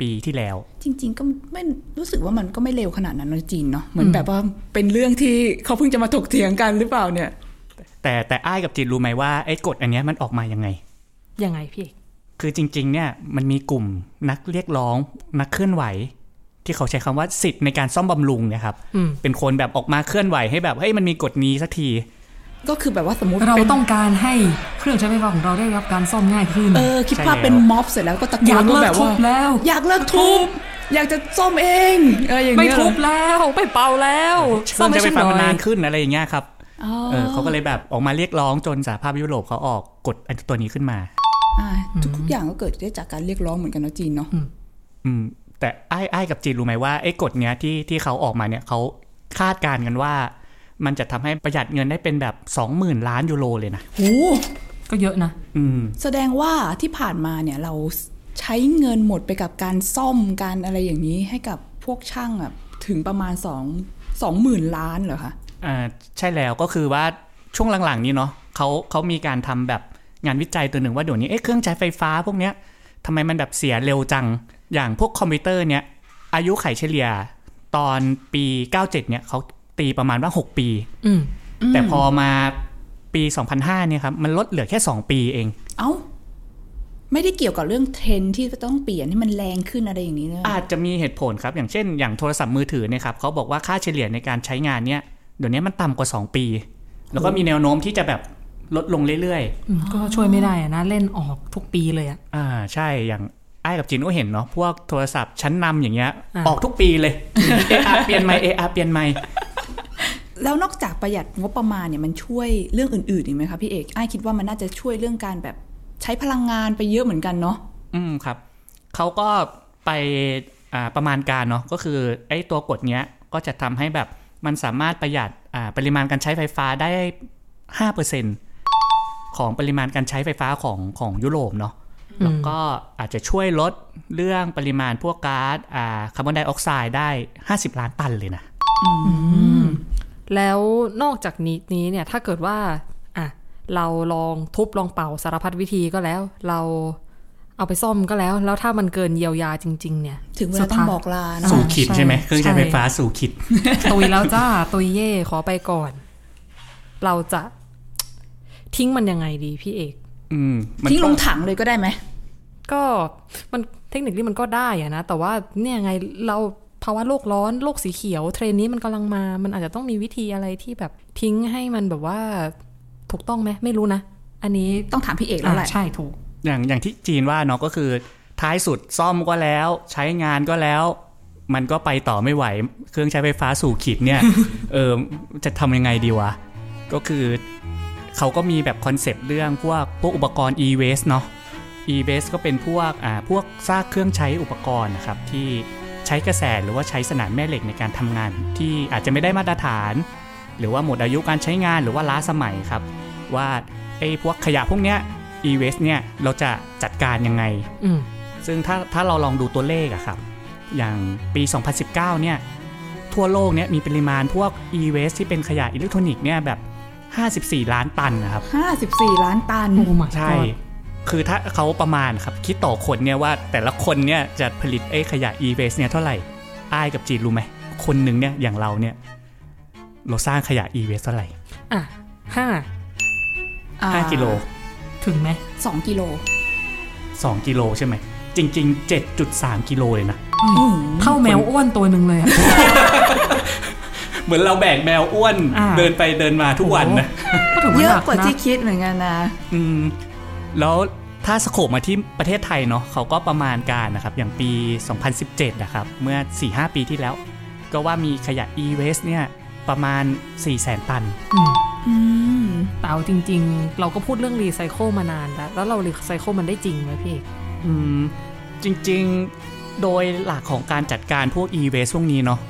S9: ปีที่แล้ว
S8: จริง ๆ ก็ไม่รู้สึกว่ามันก็ไม่เร็วขนาดนั้นเนอะจีนเนาะ เหมือนแบบว่าเป็นเรื่องที่เขาเพิ่งจะมาถกเถียงกันหรือเปล่าเนี่ย
S9: แต่แต่อ้ายกับจิตรู้ไหมว่าไอ้กฎอันเนี้ยมันออกมายังไง
S6: ยังไงพี่เอก
S9: คือจริงๆเนี่ยมันมีกลุ่มนักเรียกร้องนักเคลื่อนไหว ที่เขาใช้คำว่าสิทธิ์ในการซ่อมบำรุงเนะครับ
S6: อืม
S9: เป็นคนแบบออกมาเคลื่อนไหวให้แบบเฮ้ยมันมีกฎนี้สักที
S8: ก็คือแบบว่าสมมติ
S7: เรา
S8: ป็น
S7: ต้องการให้เครื่องใช้ไฟฟ้าของเราได้รับการซ่อมง่ายขึ้น
S8: เออคิดภา
S9: ใช่
S8: พ
S9: แล้ว
S8: เป็นม็อบเสร็จแล้วก็ตะโก
S7: อยาก
S8: น
S7: เลิ
S8: ว่าก แบบ
S7: ทุบ
S8: ว่า
S7: แล้ว
S8: อยากเลิกทุบ อยากจะซ่อมเองเอออย่าง
S6: ไม่
S8: เงี้ย
S6: ทุบแล้วไม่เป่าแล้ว
S9: เค
S6: ซ่
S9: รื่
S6: อ
S9: อง
S6: มให้
S9: ใช้ไฟ
S6: ฉันห
S9: ฟ้า
S6: น่อ
S9: มันนาย นขึ้นอะไรอย่างเงี้ยครับ
S8: อ๋อ
S9: เออเขาก็เลยแบบออกมาเรียกร้องจนสหภาพยุโรปเขาออกกฎอันตัวนี้ขึ้นมา
S8: อ่าทุกๆอย่างก็เกิดได้จากการเรียกร้องเหมือนกันเนอะจีนเนาะ
S9: อืมแต่ไอ้ไอ้ายกับจีนรู้ไหมว่าไอ้กฎเนี้ยที่ที่เขาออกมาเนี่ยเขาคาดการณ์กันว่า มันจะทำให้ประหยัดเงินได้เป็นแบบ 20,000 ล้านยูโรเลยนะ
S8: โอ้
S7: ก็เยอะนะ
S9: อืม
S8: แสดงว่าที่ผ่านมาเนี่ยเราใช้เงินหมดไปกับการซ่อมการอะไรอย่างนี้ให้กับพวกช่างแบบถึงประมาณสองสองหมื่นล้านเหรอคะ
S9: อ่าใช่แล้วก็คือว่าช่วงหลังๆนี้เนาะเขาเขามีการทำแบบงานวิจัยตัวหนึ่งว่าเดี๋ยวนี้เอ๊ะเครื่องใช้ไฟฟ้าพวกเนี้ยทำไมมันแบบเสียเร็วจัง อย่างพวกคอมพิวเตอร์เนี่ยอายุไขเฉลี่ยตอนปี 97เนี่ยเขาตีประมาณว่า 6 ปี
S6: อืม
S9: แต่พอมาปี 2005เนี่ยครับมันลดเหลือแค่ 2 ปีเอง
S8: เอ้า ไม่ได้เกี่ยวกับเรื่องเทรนด์ที่จะต้องเปลี่ยนให้มันแรงขึ้นอะไรอย่างนี้เลย
S9: อาจจะมีเหตุผลครับ อย่างเช่น อย่างโทรศัพท์มือถือเนี่ยครับเขาบอกว่าค่าเฉลี่ยในการใช้งานเนี่ยเดี๋ยวนี้มันต่ำกว่า 2 ปี แล้วก็มีแนวโน้มที่จะแบบลดลงเรื่อยๆ
S6: อืมก็ช่วยไม่ได้อะนะ เล่นออกทุกปีเลยอะ
S9: อ่าใช่อย่างไอ้ายกับจีนก็เห็นเนาะพวกโทรศัพท์ชั้นนำอย่างเงี้ย
S6: อ่า
S9: ออกทุกปีเลย AR เปลี่ยนใหม่ AR เปลี่ยนใหม่
S8: แล้วนอกจากประหยัดงบประมาณเนี่ยมันช่วยเรื่องอื่นๆอีกไหมคะพี่เอกไอ้ายคิดว่ามันน่าจะช่วยเรื่องการแบบใช้พลังงานไปเยอะเหมือนกันเนาะ
S9: อืมครับเขาก็ไปอ่าประมาณการเนาะก็คือไอ้ตัวกฎเนี้ยก็จะทำให้แบบมันสามารถประหยัดอ่าปริมาณการใช้ไฟฟ้าได้ 5%ของปริมาณการใช้ไฟฟ้าของของยุโรปเนาะแล้วก็อาจจะช่วยลดเรื่องปริมาณพวกก๊าซอ่าคาร์บอนไดออกไซด์ได้ 50 ล้านตันเลยนะ
S6: แล้วนอกจากนี้นี้เนี่ยถ้าเกิดว่าอ่ะเราลองทุบลองเป่าสารพัดวิธีก็แล้ว เราเอาไปซ่อมก็แล้ว แล้วถ้ามันเกินเยียวยาจริง ๆ เนี่ย
S8: ถึงเวลาต้องบอกลาเนอะ
S9: สู่ขิดใช่ไหมเครื่องใช้ไฟฟ้าสู่ขิด
S6: ตุยแล้วจ้าตุยเย่ขอไปก่อน เราจะทิ้งมันยังไงดีพี่เอก
S9: อืมมัน
S8: ทิ้งลง
S9: ก็
S8: ถังเลยก็ได้ไหม
S6: ก็มันเทคนิคที่มันก็ได้อะนะ แต่ว่าเนี่ยไงเราภาวะโลกร้อนโลกสีเขียว เทรนด์นี้มันกำลังมา มันอาจจะต้องมีวิธีอะไรที่แบบทิ้งให้มันแบบว่าถูกต้องไหมไม่รู้นะ อันนี้
S8: ต้องถามพี่เอกแล้วแหละ
S6: อ่าใช่ถูก
S9: อย่างอย่างที่จีนว่าเนาะก็คือ ท้ายสุดซ่อมก็แล้ว ใช้งานก็แล้ว มันก็ไปต่อไม่ไหว เครื่องใช้ไฟฟ้าสู่ขิดเนี่ย เออจะทำยังไงดีวะ ก็คือเขาก็มีแบบคอนเซปต์เรื่องพวกพวกอุปกรณ์ e-waste เนาะ e-waste ก็เป็นพวกอ่าพวกซากเครื่องใช้อุปกรณ์นะครับ ที่ใช้กระแสหรือว่าใช้สนามแม่เหล็กในการทำงาน ที่อาจจะไม่ได้มาตรฐาน หรือว่าหมดอายุการใช้งานหรือว่าล้าสมัยครับ ว่าไอ้พวกขยะพวกเนี้ย e-waste เนี่ยเราจะจัดการยังไง
S6: อืม
S9: ซึ่งถ้าถ้าเราลองดูตัวเลขอะครับ อย่างปี 2019 เนี่ย ทั่วโลกเนี่ยมีปริมาณพวก e-waste ที่เป็นขยะอิเล็กทรอนิกส์เนี่ยแบบ 54 ล้านตันนะครับ
S8: ห้าสิบสี่ล้านตัน
S6: โอ้ my
S9: ใช่
S6: god
S9: คือถ้าเขาประมาณครับ คิดต่อคนเนี่ยว่าแต่ละคนเนี่ยจะผลิตไอ้ขยะ e-waste เนี่ยเท่าไหร่อายกับจีนรู้ไหม คนหนึ่งเนี่ยอย่างเราเนี่ย เราสร้างขยะ e-waste เท่าไหร่
S6: อ่ะห้า
S8: อ่า
S9: ห้ากิโล
S6: ถึงไหม
S8: สองกิโล
S9: 2 กิโลใช่ไหม จริง ๆ 7.3 กิโลเลยนะ
S7: เท่าแมวอ้วนตัวหนึ่งเลยอะ
S9: เหมือนเราแบกแมวอ้วน
S6: อ่า
S9: เดินไปเดินมาทุกวันนะ
S6: ก็ถือว่า
S8: เย
S6: ห
S8: อะ
S6: นัก
S8: กว่า
S6: นะ
S8: ที่คิดเหมือนกันนะ
S9: อืมแล้วถ้าสโคบมาที่ประเทศไทยเนาะเขาก็ประมาณการนะครับ อย่างปี 2017 นะครับ เมื่อ 4-5 ปีที่แล้ว ก็ว่ามีขยะ e-waste เนี่ย ประมาณ 400,000 ตัน
S6: อืม
S8: อืม
S6: แต่เอาจริง ๆ เราก็พูดเรื่องรีไซเคิลมานานแล้ว แล้วเรารีไซเคิลมันได้จริงไหมพี่เอก
S9: อืม จริงๆ โดยหลักของการจัดการพวก e-waste พวกนี้เนาะ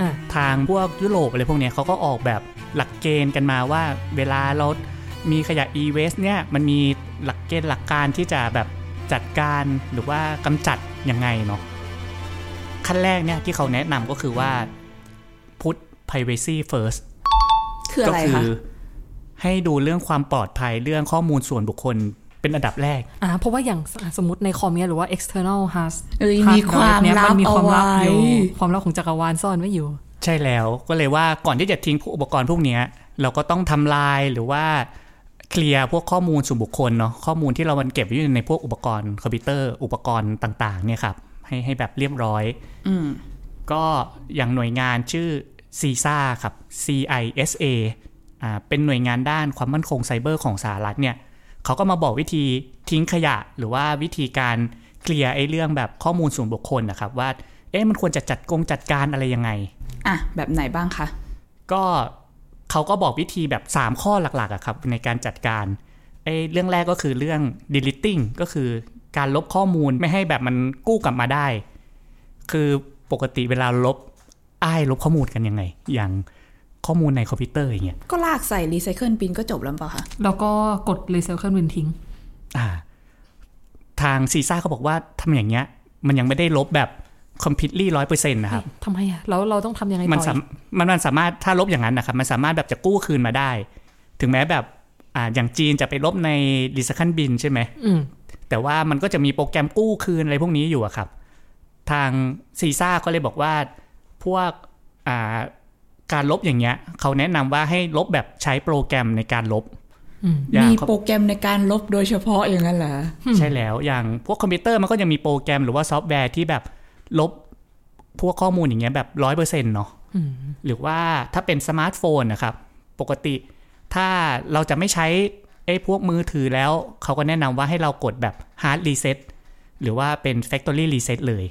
S6: อ่ะ
S9: ทางพวกยุโรปอะไรพวกเนี้ยเขาก็ออกแบบหลักเกณฑ์กันมาว่าเวลาเรามีขยะ e-waste เนี่ยมันมีหลักเกณฑ์หลักการที่จะแบบจัดการหรือว่ากำจัดยังไงเนาะขั้นแรกเนี่ยที่เขาแนะนำก็คือว่า put privacy first
S8: คืออะไร
S9: ก็
S8: คะ
S9: ให้ดูเรื่องความปลอดภัยเรื่องข้อมูลส่วนบุคคลเป็นอันดับแรก
S6: อ่าเพราะว่าอย่างสสมมติในคอมเนี่ยหรือว่า external hard
S8: เอ้ย
S6: hard
S8: มีความ
S6: เนี่ยมันมีความลับอยู่
S8: ลับเอาไว้
S6: ความลับของจักรวาลซ่อนไว้อยู่
S9: ใช่แล้วก็เลยว่าก่อนที่จะทิ้งพวกอุปกรณ์พวกเนี้ยเราก็ต้องทำลายหรือว่าเคลียร์พวกข้อมูลส่วนบุคคลเนาะข้อมูลที่เรามันเก็บไว้อยู่ในพวกอุปกรณ์คอมพิวเตอร์อุปกรณ์ต่างๆเนี่ยครับให้ให้แบบเรียบร้อย
S8: อืม
S9: ก็อย่างหน่วยงานชื่อ CISA ครับ CISA อ่าเป็นหน่วยงานด้านความมั่นคงไซเบอร์ของสหรัฐเนี่ยเขาก็มาบอกวิธีทิ้งขยะ หรือว่าวิธีการเคลียร์ไอ้เรื่องแบบข้อมูลส่วนบุคคลนะครับว่าเอ๊ะมันควรจะจัดกงจัดการอะไรยังไง
S8: อ่ะ แบบไหนบ้างคะ
S9: ก็เขาก็บอกวิธีแบบ 3 ข้อหลักๆอะครับในการจัดการไอ้เรื่องแรกก็คือเรื่อง deleting ก็คือการลบข้อมูลไม่ให้แบบมันกู้กลับมาได้ คือปกติเวลาลบอ้ายลบข้อมูลกันยังไง อย่างข้อมูลในคอมพิวเตอร์อย่างเงี้ย
S8: ก็ลากใส่รีไซเคิลบินก็จบแล้วเปล่าคะ
S6: แล้วก็กด recycle bin ทิ้ง
S9: อ่า ทางซีซ่าเขาบอกว่าทำอย่างเงี้ย มันยังไม่ได้ลบแบบ completely ร้อยเปอร์เซ็นต์นะครับ
S6: ทำไมอ่ะ แล้วเราต้องทำยังไง
S9: มัน
S6: ต่อ
S9: สาม
S6: อีก
S9: มันมันสามารถถ้าลบอย่างนั้นนะครับ มันสามารถแบบจะกู้คืนมาได้ ถึงแม้แบบอ่าอย่างจีนจะไปลบในดิสคันบินใช่ไหม
S6: อืม
S9: แต่ว่ามันก็จะมีโปรแกรมกู้คืนอะไรพวกนี้อยู่อะครับ ทางซีซ่าก็เลยบอกว่าพวกอ่าการลบอย่างเงี้ยเขาแนะนำว่าให้ลบแบบใช้โปรแกรมในการลบ
S6: อืม
S9: อย่าง
S8: มี
S9: เขา
S8: โปรแกรมในการลบโดยเฉพาะอย่างนั้นเหรอ
S9: ใช่แล้วอย่างพวกคอมพิวเตอร์มันก็จะมีโปรแกรมหรือว่าซอฟต์แวร์ที่แบบลบพวกข้อมูลอย่างเงี้ยแบบร้อยเปอร์เซ็นต์เนาะหรือว่าถ้าเป็นสมาร์ทโฟนนะครับ ปกติถ้าเราจะไม่ใช้ไอ้พวกมือถือแล้ว เขาก็แนะนำว่าให้เรากดแบบ hard reset หรือว่าเป็น factory reset เลย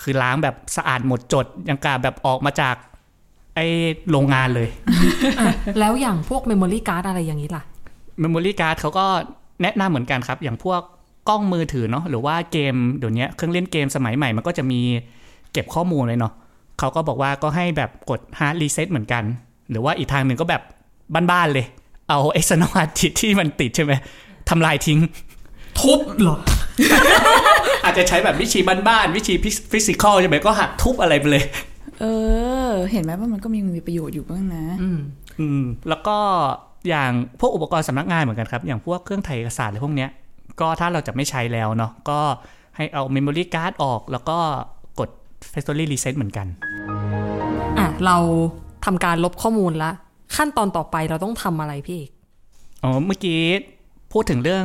S9: คือล้างแบบสะอาดหมดจดยังกาแบบออกมาจากไอ้โรงงานเลย
S6: แล้วอย่างพวก memory card อะไรอย่างนี้ล่ะ
S9: เมมโมรี่การ์ดเขาก็แนะนำเหมือนกันครับ อย่างพวกกล้องมือถือเนาะหรือว่าเกมเดี๋ยวนี้เครื่องเล่นเกมสมัยใหม่มันก็จะมีเก็บข้อมูลเลยเนาะเขาก็บอกว่าก็ให้แบบกด hard reset เหมือนกัน หรือว่าอีกทางหนึ่งก็แบบบ้านๆเลย เอา external hard disk ที่มันติดใช่ไหมทำลายทิ้ง
S6: ทุบเหรอ
S9: อาจจะใช้แบบวิธีบ้านๆวิธีฟิสิกอลใช่ไหมก็หักทุบอะไรไปเลย
S8: เออ เห็นไหมว่ามันก็ยังมีประโยชน์อยู่บ้างนะ
S6: อืม
S9: อืมแล้วก็อย่างพวกอุปกรณ์สำนักงานเหมือนกันครับ อย่างพวกเครื่องถ่ายเอกสารอะไรพวกเนี้ย ก็ถ้าเราจะไม่ใช้แล้วเนาะก็ให้เอา Memory Card ออก แล้วก็กด Factory Reset เหมือนกัน
S6: อ่ะ เราทำการลบข้อมูลละ ขั้นตอนต่อไปเราต้องทำอะไรพี่เอก
S9: อ๋อ เมื่อกี้พูดถึงเรื่อง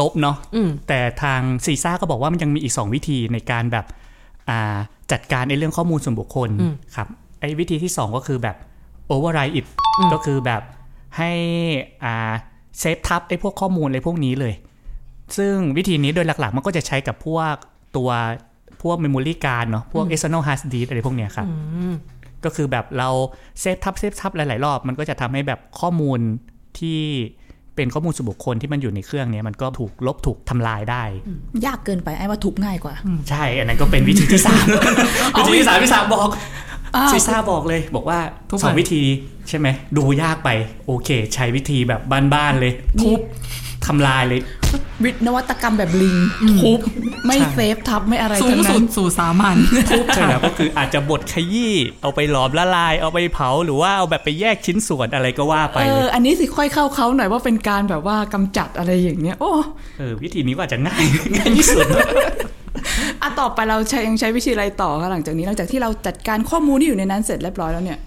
S9: ลบเนาะ
S6: อืม
S9: แต่ทางซีซ่าก็บอกว่ามันยังมีอีก 2 วิธีในการแบบอ่าจัดการในเรื่องข้อมูลส่วนบุคคล
S6: อืม
S9: ครับไอ้วิธีที่ 2 ก็คือแบบ Override it ก็คือแบบให้อ่าเซฟทับไอ้พวกข้อมูลอะไรพวกนี้เลย ซึ่งวิธีนี้โดยหลักๆ มันก็จะใช้กับพวกตัวพวก Memory Card เนาะพวก external hard disk อะไรพวกเนี้ยครับก็คือแบบเราเซฟทับเซฟทับหลาย ๆ รอบ มันก็จะทำให้แบบข้อมูลที่เป็นข้อมูลส่วนบุคคลที่มันอยู่ในเครื่องเนี้ยมันก็ถูกลบถูกทำลายได้
S8: ยากเกินไปไอ้ว่าทุบง่ายกว่า
S9: ใช่ อันนั้นก็เป็นวิธีที่สาม วิธีที่สามพี่สามบอกซีซ่าบอกเลย บอกว่า
S6: ทุก
S9: สอง
S6: วัน
S9: วิธีใช่ไหม ดูยากไป โอเค ใช้วิธีแบบบ้านๆเลยทุบทำลายเลย
S8: วิทย์นวัตกรรมแบบลิง ทุบ ไม่
S9: ใช่
S8: เซฟทับไม่อะไร
S6: สู
S8: ทั้
S6: ง
S8: ง
S6: สุ
S8: นั้
S6: ด
S8: น
S6: สู่สามัญ
S9: ทุบใช่แล้วก็คืออาจจะบดขยี้เอาไปหลอมละลาย เอาไปเผาหรือว่าเอาแบบไปแยกชิ้นส่วนอะไรก็ว่าไป
S8: เอ
S9: เล
S8: อ
S9: ย
S8: อันนี้สิค่อยเข้าเขาหน่อยว่าเป็นการแบบว่ากำจัดอะไรอย่างเนี้ย โอ้
S9: เออวิธีนี้ก็อาจจะง่าย ง่ายที่สุด
S8: อะต่อไปเราใช้ยังใช้วิธีอะไรต่อคะหลังจากนี้หลังจากที่เราจัดการข้อมูลที่อยู่ในนั้นเสร็จเรียบร้อยแล้วเนี่ย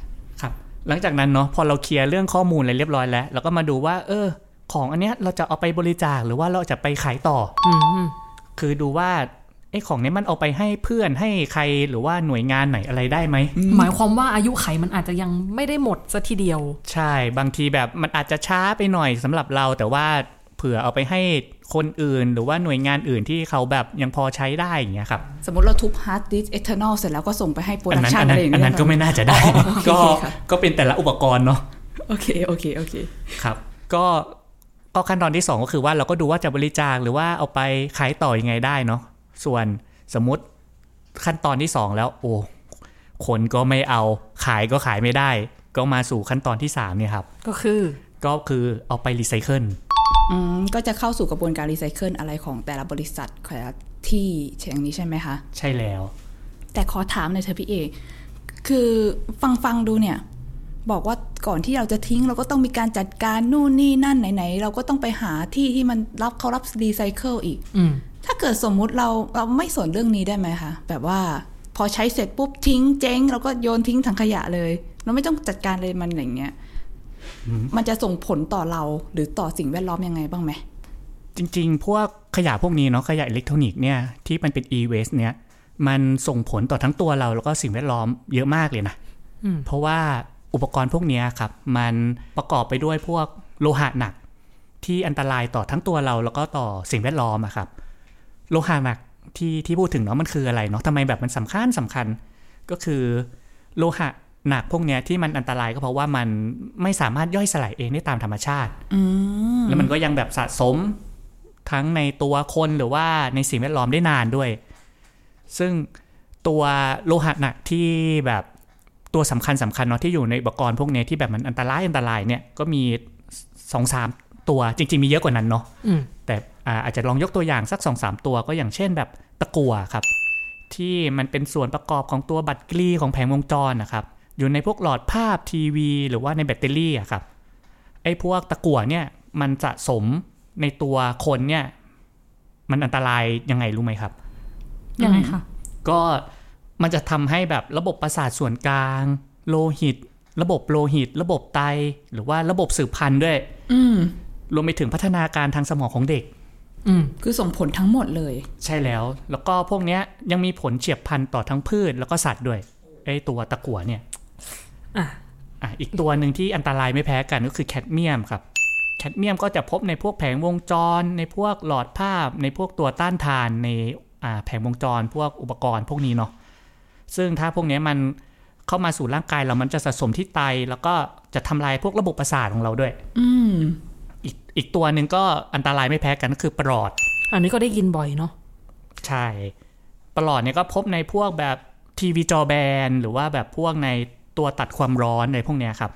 S9: ครับหลังจากนั้นเนาะพอเราเคลียร์เรื่องข้อมูลอะไรเรียบร้อยแล้วเราก็มาดูว่า เออ ของอันเนี้ยเราจะเอาไปบริจาคหรือว่าเราจะไปขายต่ออคือดูว่าไอ้ของเนี้ยมันเอาไปให้เพื่อนให้ใครหรือว่าหน่วยงานไหนอะไรได้ไหม
S6: หมายความว่าอายุไขมันอาจจะยังไม่ได้หมดซะทีเดียว
S9: ใช่บางทีแบบมันอาจจะช้าไปหน่อยสำหรับเราแต่ว่าเผื่อเอาไปให้คนอื่น หรือว่าหน่วยงานอื่นที่เขาแบบยังพอใช้ได้อย่างเงี้ยครับ
S8: สมมติเราทุบฮาร์ดดิสเอทานอลเสร็จแล้วก็ส่งไปให้โปร
S9: อั
S8: ดัก
S9: นั้น
S8: ชัน
S9: อันนั้
S8: อะ
S9: น
S8: ไรอย่าง
S9: อัน
S8: เงี้ย
S9: นั้นก็ไม่น่าจะได้
S8: อ๋อโอเค
S9: ก็
S8: ค่ะ
S9: ก็เป็นแต่ละอุปกรณ์เนาะ
S8: โอเค โอเค โอเค
S9: ครับก็ก็ขั้นตอนที่ 2 ก็คือว่าเราก็ดูว่าจะบริจาคหรือว่าเอาไปขายต่อยังไงได้เนาะส่วนสมมติขั้นตอนที่ 2 แล้วโอ้คนก็ไม่เอาขายก็ขายไม่ได้ ก็มาสู่ขั้นตอนที่ 3 เนี่ยครับ
S6: ก็คือ
S9: ก็คือเอาไปรีไซเคิล
S8: อืม ก็จะเข้าสู่กระบวนการรีไซเคิลอะไรของแต่ละบริษัทแต่ละที่เช่นนี้ใช่ไหมคะ
S9: ใช่แล้ว
S8: แต่ขอถามหน่อยเธอะพี่เอกคือฟังฟังๆดูเนี่ย บอกว่าก่อนที่เราจะทิ้งเราก็ต้องมีการจัดการนู่นนี่นั่นไหนๆเราก็ต้องไปหาที่ที่มันรับเขารับรีไซเคิลอีก
S6: อืม
S8: ถ้าเกิดสมมุติเราเราไม่สนเรื่องนี้ได้ไหมคะแบบว่าพอใช้เสร็จปุ๊บทิ้งเจ๊งเราก็โยนทิ้งถังขยะเลย เราไม่ต้องจัดการเลยมันอย่างเงี้ยมันจะส่งผลต่อเราหรือต่อสิ่งแวดล้อมยังไงบ้างไหม
S9: จริงๆ พวกขยะพวกนี้เนาะขยะอิเล็กทรอนิกส์เนี่ยที่มันเป็น e-waste เนี่ยมันส่งผลต่อทั้งตัวเราแล้วก็สิ่งแวดล้อมเยอะมากเลยนะ
S6: อืม
S9: เพราะว่าอุปกรณ์พวกเนี้ยครับ มันประกอบไปด้วยพวกโลหะหนัก ที่อันตรายต่อทั้งตัวเราแล้วก็ต่อสิ่งแวดล้อมอะครับ โลหะหนักที่ที่พูดถึงเนาะมันคืออะไรเนาะทำไมแบบมันสำคัญสำคัญ ก็คือโลหะหนักพวกเนี้ยที่มันอันตรายก็เพราะว่ามันไม่สามารถย่อยสลายเองได้ตามธรรมชาติ
S8: อืม
S9: แล้วมันก็ยังแบบสะสมทั้งในตัวคนหรือว่าในสิ่งแวดล้อมได้นานด้วย ซึ่งตัวโลหะหนักที่แบบตัวสำคัญสำคัญเนาะที่อยู่ในอุปกรณ์พวกเนี้ยที่แบบมันอันตรายอันตรายเนี่ยก็มีสองสามตัวจริง ๆ มีเยอะกว่านั้นเนาะ
S6: อืม
S9: แต่อ่าอาจจะลองยกตัวอย่างสักสองสามตัวก็อย่างเช่นแบบตะกั่วครับ ที่มันเป็นส่วนประกอบของตัวบัตรกลีของแผงวงจรนะครับอยู่ในพวกหลอดภาพทีวี หรือว่าในแบตเตอรี่อะครับ ไอ้พวกตะกั่วเนี่ยมันสะสมในตัวคนเนี่ยมันอันตรายยังไงรู้ไหมครับ
S6: ยังไงคะ
S9: ก็มันจะทำให้แบบระบบประสาทส่วนกลาง โลหิต ระบบโลหิต ระบบไต หรือว่าระบบสืบพันธุ์ด้วย
S8: อืม
S9: รวมไปถึงพัฒนาการทางสมองของเด็ก
S6: อืม
S8: คือส่งผลทั้งหมดเลย
S9: ใช่แล้ว แล้วก็พวกเนี้ยยังมีผลเฉียบพลันธุ์ต่อทั้งพืชแล้วก็สัตว์ด้วยไอ้ตัวตะกั่วเนี่ย
S6: อ่ะ
S9: อ่ะอีกตัวหนึ่งที่อันตรายไม่แพ้กันก็คือแคดเมียมครับ แคดเมียมก็จะพบในพวกแผงวงจร ในพวกหลอดภาพ ในพวกตัวต้านทานในอ่าแผงวงจร พวกอุปกรณ์พวกนี้เนาะ ซึ่งถ้าพวกเนี้ยมันเข้ามาสู่ร่างกายเรามันจะสะสมที่ไต แล้วก็จะทำลายพวกระบบประสาทของเราด้วย
S8: อืม
S9: อีกอีกตัวหนึ่งก็อันตรายไม่แพ้กันก็คือปลอด
S6: อันนี้ก็ได้ยินบ่อยเนาะ
S9: ใช่ประหลอดเนี่ยก็พบในพวกแบบทีวีจอแบน หรือว่าแบบพวกในตัวตัดความร้อนในพวกเนี้ยครับ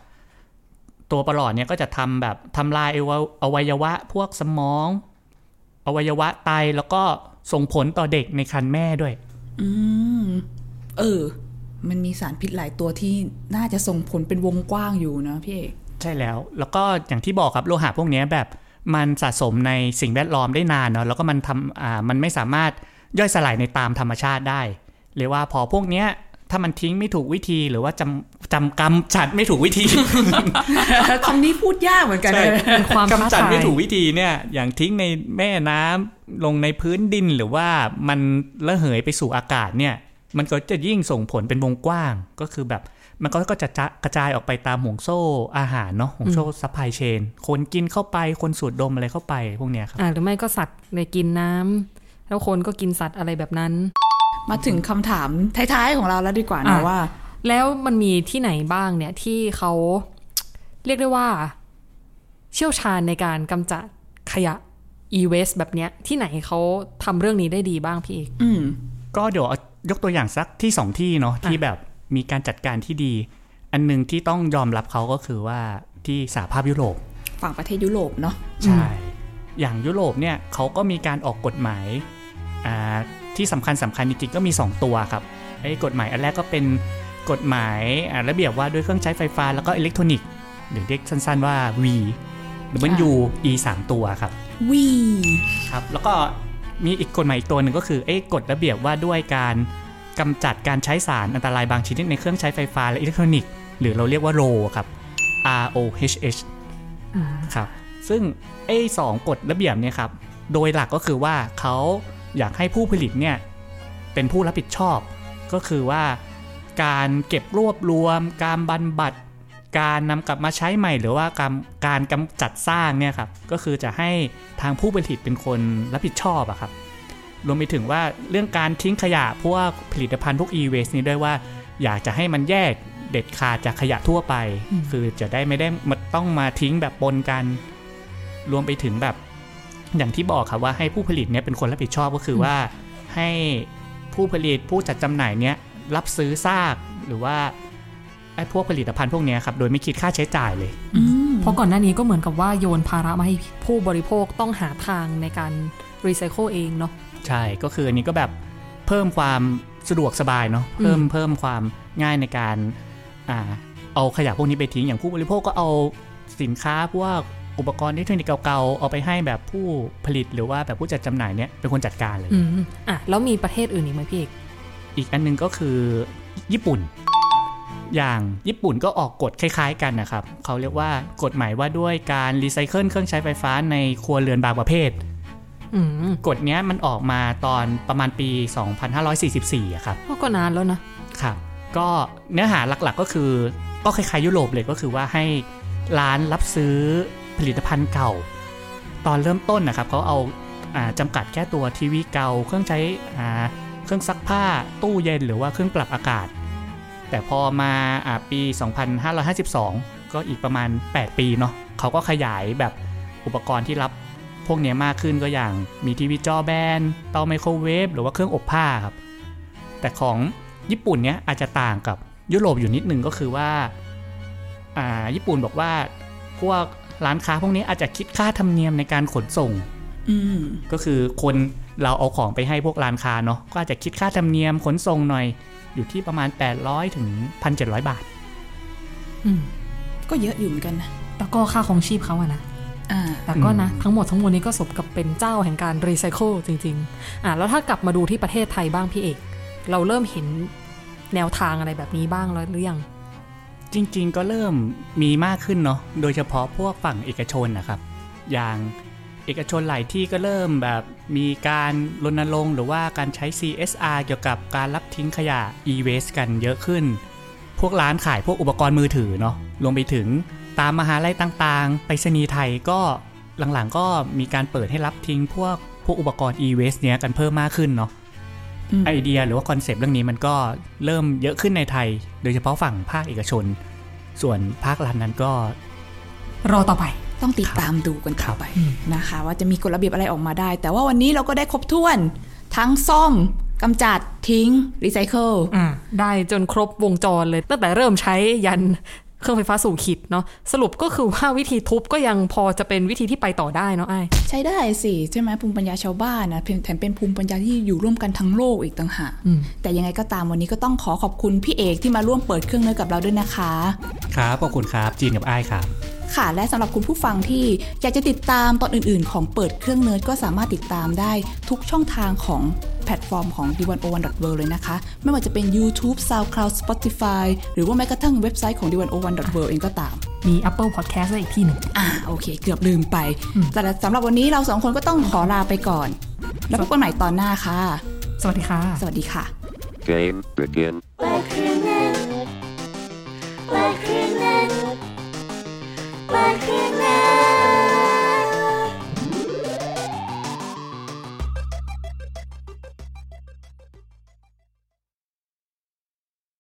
S9: ตัวประหลอดเนี่ยก็จะทำแบบทำลายอวอวัยวะพวกสมอง อวัยวะไตแล้วก็ส่งผลต่อเด็กในครรภ์แม่ด้วย
S8: อืม เออ มันมีสารพิษหลายตัวที่น่าจะส่งผลเป็นวงกว้างอยู่นะพี่เอก
S9: ใช่แล้ว แล้วก็อย่างที่บอกครับโลหะพวกเนี้ยแบบมันสะสมในสิ่งแวดล้อมได้นานเนาะแล้วก็มันทำอ่ามันไม่สามารถย่อยสลายในตามธรรมชาติได้เรียกว่าพอพวกเนี้ยถ้ามันทิ้งไม่ถูกวิธีหรือว่าจำจำกำจัดไม่ถูกวิธี
S8: คำนี้พูดยากเหมือนกัน
S9: ใช่
S8: เลย
S6: เป็นความท้าก
S9: ำจัด
S6: ทาย
S9: ไม่ถูกวิธีเนี่ย อย่างทิ้งในแม่น้ำลงในพื้นดินหรือว่ามันระเหยไปสู่อากาศเนี่ย มันก็จะยิ่งส่งผลเป็นวงกว้างก็คือแบบ มันก็ก็จะจะกระจายออกไปตามห่วงโซ่อาหารเนาะห่วงโซ่ซัพพลายเชนคนกินเข้าไปคนสูดดมอะไรเข้าไปพวกเนี้ยครับ
S6: อ่าหรือไม่ก็สัตว์ในกินน้ำแล้วคนก็กินสัตว์อะไรแบบนั้น
S8: มาถึงคำถามท้ายๆของเราแล้วดีกว่านะ
S6: อ่ะ
S8: ว่า
S6: แล้วมันมีที่ไหนบ้างเนี่ยที่เขา เรียกได้ว่า เชี่ยวชาญในการกำจัดขยะ e-waste แบบเนี้ย ที่ไหนเขาทำเรื่องนี้ได้ดีบ้างพี่เอก
S8: อืม
S9: ก็เดี๋ยวเอายกตัวอย่างสักที่สองที่เนาะที่แบบมีการจัดการที่ดี อันหนึ่งที่ต้องยอมรับเขาก็คือว่าที่สหภาพยุโรป
S8: ฝั่งประเทศยุโรปเนาะ
S9: ใช่ อย่างยุโรปเนี่ยเขาก็มีการออกกฎหมายอ่าที่สำคัญสำคัญจริงๆก็มี 2 ตัวครับไอ้กฎหมายอันแรกก็เป็นกฎหมายอ่าระเบียบว่าด้วยเครื่องใช้ไฟฟ้าแล้วก็อิเล็กทรอนิกส์หรือเรียกสั้นๆว่า V หรือมัน U E 3ตัวครับ
S8: วี
S9: ครับแล้วก็มีอีกกฎหมายอีกตัวหนึ่งก็คือเอ้กฎระเบียบว่าด้วยการกำจัดการใช้สารอันตรายบางชนิดในเครื่องใช้ไฟฟ้าและอิเล็กทรอนิกส์หรือเราเรียกว่าโรครับ R O H H ครับซึ่งไอ้สองกฎระเบียบเนี่ยครับโดยหลักก็คือว่าเขาอยากให้ผู้ผลิตเนี่ยเป็นผู้รับผิดชอบ ก็คือว่าการเก็บรวบรวม การบรรบัด การนำกลับมาใช้ใหม่ หรือว่าการการกำจัดสร้างเนี่ยครับก็คือจะให้ทางผู้ผลิตเป็นคนรับผิดชอบอะครับรวมไปถึงว่าเรื่องการทิ้งขยะพวกผลิตภัณฑ์พวก e-waste นี้ด้วยว่า อยากจะให้มันแยกเด็ดขาดจากขยะทั่วไป คือจะได้ไม่ได้มาต้องมาทิ้งแบบปนกัน รวมไปถึงแบบอย่างที่บอกครับว่าให้ผู้ผลิตเนี่ยเป็นคนรับผิดชอบก็คือว่าให้ผู้ผลิตผู้จัดจำหน่ายเนี่ยรับซื้อซากหรือว่าไอ้พวกผลิตภัณฑ์พวกเนี้ยครับโดยไม่คิดค่าใช้จ่ายเลย
S6: เพราะก่อนหน้านี้ก็เหมือนกับว่าโยนภาระมาให้ผู้บริโภคต้องหาทางในการรีไซเคิลเองเนาะ
S9: ใช่ก็คืออันนี้ก็แบบเพิ่มความสะดวกสบายเนาะเพิ่มเพิ่มความง่ายในการอ่า เอาขยะพวกนี้ไปทิ้งอย่างผู้บริโภคก็เอาสินค้าพวกอุปกรณ์อิเล็กทรอนิกส์เก่าๆเอาไปให้แบบผู้ผลิตหรือว่าแบบผู้จัดจำหน่ายเนี่ยเป็นคนจัดการเลย
S6: อืมอ่ะแล้วมีประเทศอื่นอีกไหมพี่เอก
S9: อีกอันหนึงก็คือญี่ปุ่น อย่างญี่ปุ่นก็ออกกฎคล้ายๆกันนะครับ เขาเรียกว่ากฎหมายว่าด้วยการรีไซเคิลเครื่องใช้ไฟฟ้าในครัวเรือนบางประเภท
S6: อืม
S9: กฎเนี้ยมันออกมาตอนประมาณปี 2544อะครับ
S6: ก็นานแล้วนะ
S9: ครับ ก็เนื้อหาหลักๆก็คือก็คล้ายๆยุโรปเลยก็คือว่าให้ร้านรับซื้อผลิตภัณฑ์เก่า ตอนเริ่มต้นนะครับเขาเอาอ่าจำกัดแค่ตัวทีวีเก่า เครื่องใช้อ่าเครื่องซักผ้าตู้เย็นหรือว่าเครื่องปรับอากาศ แต่พอมาอ่าปี 2552 ก็อีกประมาณ 8 ปีเนาะเขาก็ขยายแบบอุปกรณ์ที่รับพวกเนี้ยมากขึ้นก็อย่างมีทีวีจอแบนเตาไมโครเวฟหรือว่าเครื่องอบผ้าครับ แต่ของญี่ปุ่นเนี้ยอาจจะต่างกับยุโรปอยู่นิดนึงก็คือว่าอ่า ญี่ปุ่นบอกว่าพวกร้านค้าพวกนี้อาจจะคิดค่าธรรมเนียมในการขนส่ง
S8: อืม
S9: ก็คือคนเราเอาของไปให้พวกร้านค้าเนาะก็อาจจะคิดค่าธรรมเนียมขนส่งหน่อย อยู่ที่ประมาณ 800ถึง1,700 บาท
S6: อืม
S8: ก็เยอะอยู่เหมือนกันนะ
S6: แล้วก็ค่าของชีพเขาอะนะ
S8: อ่า
S6: แต่ก็นะ ทั้งหมดทั้งมวลนี้ก็สมกับเป็นเจ้าแห่งการรีไซเคิลจริง ๆ อ่ะแล้วถ้ากลับมาดูที่ประเทศไทยบ้างพี่เอก เราเริ่มเห็นแนวทางอะไรแบบนี้บ้างแล้วหรือยัง
S9: จริงๆ ก็เริ่มมีมากขึ้นเนาะ โดยเฉพาะพวกฝั่งเอกชนนะครับ อย่างเอกชนหลายที่ก็เริ่มแบบมีการรณรงค์หรือว่าการใช้ CSR เกี่ยวกับการรับทิ้งขยะ e-waste กันเยอะขึ้น พวกร้านขายพวกอุปกรณ์มือถือเนาะ รวมไปถึงตามมหาลัยต่างๆ ไปรษณีย์ไทยก็หลังๆ ก็มีการเปิดให้รับทิ้งพวกพวกอุปกรณ์ e-waste เนี้ยกันเพิ่มมากขึ้นเนาะ
S8: อืม
S9: ไอเดียหรือว่าคอนเซปต์เรื่องนี้มันก็เริ่มเยอะขึ้นในไทย โดยเฉพาะฝั่งภาคเอกชน ส่วนภาครัฐนั้นก็
S6: รอต่อไป
S8: ต้องติดตามดูกันต่อไปนะคะ ว่าจะมีกฎระเบียบอะไรออกมาได้ แต่ว่าวันนี้เราก็ได้ครบถ้วน ทั้งซ่อมกำจัดทิ้งรีไซเคิล
S6: อ่ะได้จนครบวงจรเลยตั้งแต่เริ่มใช้ยัน เครื่องไฟฟ้าสูงขีดเนาะสรุปก็คือว่าวิธีทุบก็ยังพอจะเป็นวิธีที่ไปต่อได้เนาะไอ้าย
S8: ใช้ได้สิ ใช่ไหมภูมิปัญญาชาวบ้านนะเพียงแถมเป็นภูมิปัญญาที่อยู่ร่วมกันทั้งโลกอีกต่างหากแต่ยังไงก็ตามวันนี้ก็ต้องขอขอบคุณพี่เอกที่มาร่วมเปิดเครื่องเนื้อกับเราด้วยนะคะ
S9: ครับขอบคุณครับ จีนกับไอ้ายครับ
S8: ค่ะและสำหรับคุณผู้ฟังที่อยากจะติดตามตอนอื่นๆ ของเปิดเครื่องเนิร์ดก็สามารถติดตามได้ทุกช่องทางของแพลตฟอร์มของ d 1 o 1 w o r l d เลยนะคะ ไม่ว่าจะเป็น YouTube, SoundCloud, Spotify หรือว่าแม้กระทั่งเว็บไซต์ของ d 1 o 1 w o r l d เองก็ตาม
S6: มี Apple Podcast ได้อีกที่หนึ่ง
S8: อ่าโอเค เกือบลืมไป แต่สำหรับวันนี้เราสองคนก็ต้องขอลาไปก่อน แล้วพบกันใหม่ตอนหน้าค่ะ
S6: สวัสดีค่ะ
S8: สวัสดีค่ะ
S3: Game begin.